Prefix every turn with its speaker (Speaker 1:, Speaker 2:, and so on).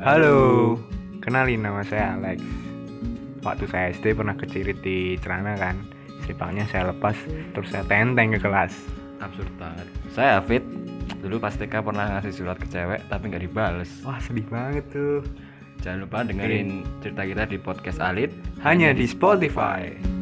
Speaker 1: Halo, kenalin nama saya Alex. Waktu saya SD pernah kecirit di celana kan, selipangnya saya lepas, terus saya tenteng ke kelas.
Speaker 2: Absurd banget. Saya Hafid. Dulu pas TK pernah ngasih surat ke cewek tapi nggak dibales.
Speaker 1: Wah sedih banget tuh.
Speaker 2: Jangan lupa dengerin cerita kita di podcast Alit
Speaker 1: Hanya di Spotify.